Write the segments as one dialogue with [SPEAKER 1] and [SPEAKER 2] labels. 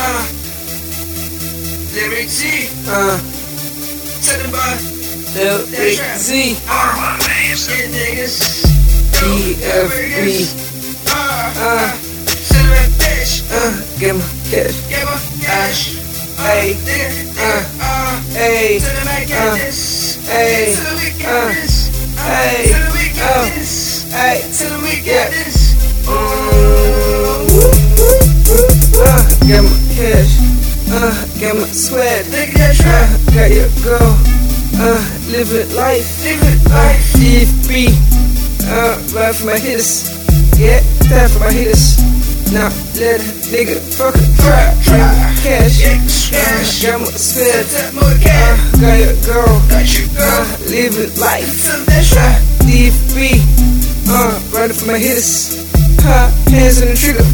[SPEAKER 1] Uh, Lyric Z. Uh, Second by
[SPEAKER 2] Lyric Z. E,
[SPEAKER 1] uh, shit niggas.
[SPEAKER 2] DFB.
[SPEAKER 1] Uh, uh, cinnamon bitch.
[SPEAKER 2] Uh, get my cash.
[SPEAKER 1] Give a cash.
[SPEAKER 2] Ay,
[SPEAKER 1] Nigga, nigga, uh,
[SPEAKER 2] Hey,
[SPEAKER 1] till the man
[SPEAKER 2] uh,
[SPEAKER 1] get this.
[SPEAKER 2] ay,
[SPEAKER 1] Till the week
[SPEAKER 2] uh,
[SPEAKER 1] get this. Uh,
[SPEAKER 2] ay,
[SPEAKER 1] till the week
[SPEAKER 2] uh,
[SPEAKER 1] get this.
[SPEAKER 2] hey.
[SPEAKER 1] Till the week
[SPEAKER 2] yeah.
[SPEAKER 1] get
[SPEAKER 2] Mm.
[SPEAKER 1] this. Ooh.
[SPEAKER 2] Uh, get my cash. Uh, get my sweat.
[SPEAKER 1] Nigga, that's right.
[SPEAKER 2] Uh, got your girl. Uh, live it life.
[SPEAKER 1] Live it
[SPEAKER 2] Uh,
[SPEAKER 1] life.
[SPEAKER 2] DFB. Uh, ride for my hitters. Yeah, die for my hitters. Now let a nigga fuck it. Try, try. Cash.
[SPEAKER 1] Yeah,
[SPEAKER 2] Uh,
[SPEAKER 1] cash.
[SPEAKER 2] got my
[SPEAKER 1] Set
[SPEAKER 2] sweat.
[SPEAKER 1] that more cash.
[SPEAKER 2] Uh, got your girl.
[SPEAKER 1] Got you, girl.
[SPEAKER 2] Uh, live it life.
[SPEAKER 1] Till that's right.
[SPEAKER 2] DFB, uh, riding for my hitters. Huh, hands on the trigger.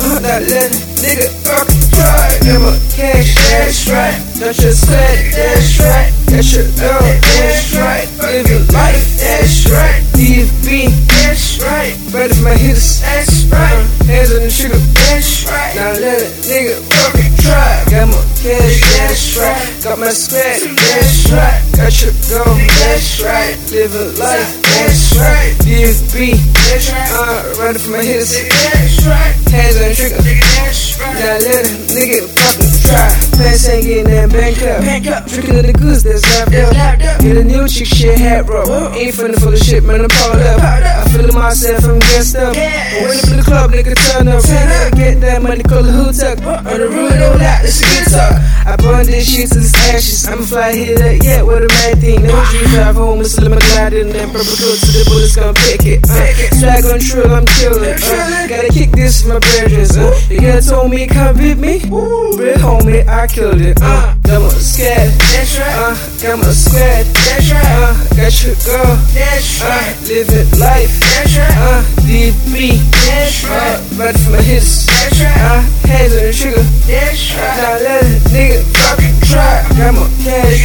[SPEAKER 2] Uh, not let a nigga fuck try. Get my cash,
[SPEAKER 1] That's right.
[SPEAKER 2] Don't you sweat,
[SPEAKER 1] That's right.
[SPEAKER 2] That's your girl,
[SPEAKER 1] That's right.
[SPEAKER 2] Live your life,
[SPEAKER 1] That's right.
[SPEAKER 2] DFB,
[SPEAKER 1] That's right.
[SPEAKER 2] riding for my hitters.
[SPEAKER 1] That's right.
[SPEAKER 2] Hands on the trigger.
[SPEAKER 1] That's right.
[SPEAKER 2] Now let a nigga
[SPEAKER 1] Fuck it, try.
[SPEAKER 2] Got my cash,
[SPEAKER 1] That's right.
[SPEAKER 2] Got my sweat,
[SPEAKER 1] That's right.
[SPEAKER 2] Got your girl,
[SPEAKER 1] That's right.
[SPEAKER 2] Live a life,
[SPEAKER 1] That's right.
[SPEAKER 2] DFB,
[SPEAKER 1] That's right.
[SPEAKER 2] uh, riding for my hitters.
[SPEAKER 1] That's right.
[SPEAKER 2] Hands on the trigger.
[SPEAKER 1] Nigga, that's right.
[SPEAKER 2] Now let a nigga fucking try. Pants ain't getting that bank up.
[SPEAKER 1] Back up.
[SPEAKER 2] Drinking of the goods that's wrapped
[SPEAKER 1] That's
[SPEAKER 2] up.
[SPEAKER 1] loud up.
[SPEAKER 2] Get a new chick shit hat roll. Ain't finna full of shit, man. I'm powered up.
[SPEAKER 1] Powder
[SPEAKER 2] I
[SPEAKER 1] up.
[SPEAKER 2] feel myself, I'm gassed up.
[SPEAKER 1] Yes.
[SPEAKER 2] When up in the club, nigga, turn up.
[SPEAKER 1] Turn up.
[SPEAKER 2] Get that money, call the hood tuck. On the road, don't lie, this shit good talk. I burn this shit to the ashes. I'm a fly hitter, yeah, what a mad thing. No dream drive home, it's still my glide in that purple coat till the bullets gon' pick it. Uh,
[SPEAKER 1] Pick it.
[SPEAKER 2] swag on trill, I'm chillin'.
[SPEAKER 1] I'm chillin'.
[SPEAKER 2] Uh, gotta kick this for my brethren. Uh, the girl told me, come with me.
[SPEAKER 1] Ooh.
[SPEAKER 2] Real homie, I killed it. Uh, double scared.
[SPEAKER 1] That's right.
[SPEAKER 2] Uh, got my squad.
[SPEAKER 1] That's right.
[SPEAKER 2] Uh, got your girl.
[SPEAKER 1] That's
[SPEAKER 2] Uh,
[SPEAKER 1] right.
[SPEAKER 2] living life.
[SPEAKER 1] That's right.
[SPEAKER 2] Uh, DB.
[SPEAKER 1] That's
[SPEAKER 2] Uh,
[SPEAKER 1] right.
[SPEAKER 2] right for my hitters.
[SPEAKER 1] That's right.
[SPEAKER 2] Uh, hands on the trigger.
[SPEAKER 1] That's right.
[SPEAKER 2] Now let a nigga
[SPEAKER 1] Fuck it, try.
[SPEAKER 2] got my
[SPEAKER 1] Nigga,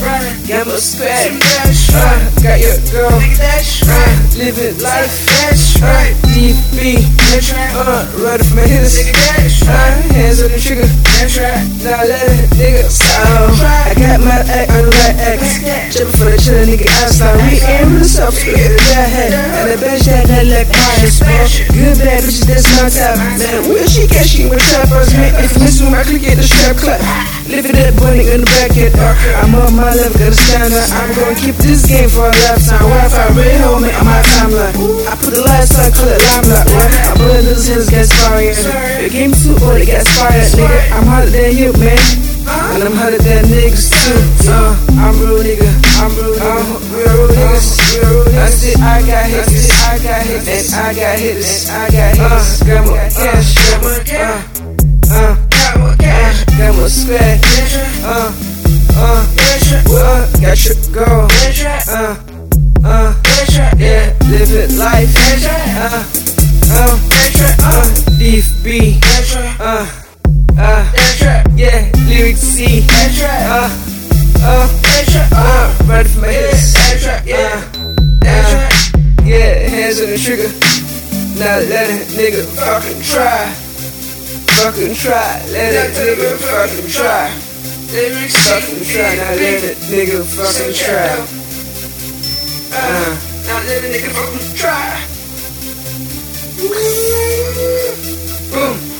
[SPEAKER 1] that's right.
[SPEAKER 2] Got my squad.
[SPEAKER 1] That's right.
[SPEAKER 2] Uh, got your girl.
[SPEAKER 1] Nigga, that's right.
[SPEAKER 2] Uh, living life.
[SPEAKER 1] That's
[SPEAKER 2] Uh,
[SPEAKER 1] right.
[SPEAKER 2] DB.
[SPEAKER 1] That's right.
[SPEAKER 2] Uh, right for my hitters.
[SPEAKER 1] Nigga, that's
[SPEAKER 2] Uh,
[SPEAKER 1] right.
[SPEAKER 2] hands on the trigger.
[SPEAKER 1] That's right.
[SPEAKER 2] Now let a nigga sound. I got my act on the right act. Jumping for the chillin' nigga outside. We aim with the soft script in that hat. And the bench that that like bias, bro. Good bad bitches, that's my type. Man, will she catch she with trap first, man? If you miss with my click, get the strap clap. Live it up, boy, nigga in the back end. Uh, I'm on my level, gotta stand up. I'm gonna keep this game for a lifetime. Wi-Fi, red homie, on my timeline. I put the lights on, call it limelight. Right? I blow those hills, get fired. The game too old, it got fired, nigga. I'm hotter than you, man. And I'm hotter than niggas too. Uh, I'm real nigga. I'm real nigga. I'm real niggas. Real niggas. I said I got hits. I got hits. And I got hits. And I got hits. Uh, grandma cash.
[SPEAKER 1] Grandma cash.
[SPEAKER 2] Uh, uh,
[SPEAKER 1] Got what cash.
[SPEAKER 2] grandma square.
[SPEAKER 1] That's right.
[SPEAKER 2] Uh, uh,
[SPEAKER 1] That's right.
[SPEAKER 2] uh, got your girl.
[SPEAKER 1] That's right.
[SPEAKER 2] Uh, uh,
[SPEAKER 1] That's right.
[SPEAKER 2] yeah, live it life.
[SPEAKER 1] That's right.
[SPEAKER 2] Uh, uh,
[SPEAKER 1] That's right.
[SPEAKER 2] uh,
[SPEAKER 1] Uh,
[SPEAKER 2] DFB.
[SPEAKER 1] that's right.
[SPEAKER 2] Uh, uh,
[SPEAKER 1] That's right.
[SPEAKER 2] yeah, lyric C.
[SPEAKER 1] That's right.
[SPEAKER 2] Uh, uh,
[SPEAKER 1] That's right. Uh,
[SPEAKER 2] uh, right for my
[SPEAKER 1] yeah.
[SPEAKER 2] hips.
[SPEAKER 1] That's right.
[SPEAKER 2] Uh,
[SPEAKER 1] Yeah. That's right.
[SPEAKER 2] Yeah, hands on the trigger. Now let a nigga
[SPEAKER 1] fucking try.
[SPEAKER 2] fucking try. Let a nigga fucking try.
[SPEAKER 1] Lyrics
[SPEAKER 2] Fucking try. Now let a nigga fucking try.
[SPEAKER 1] Uh, now let a nigga fucking try. Boom.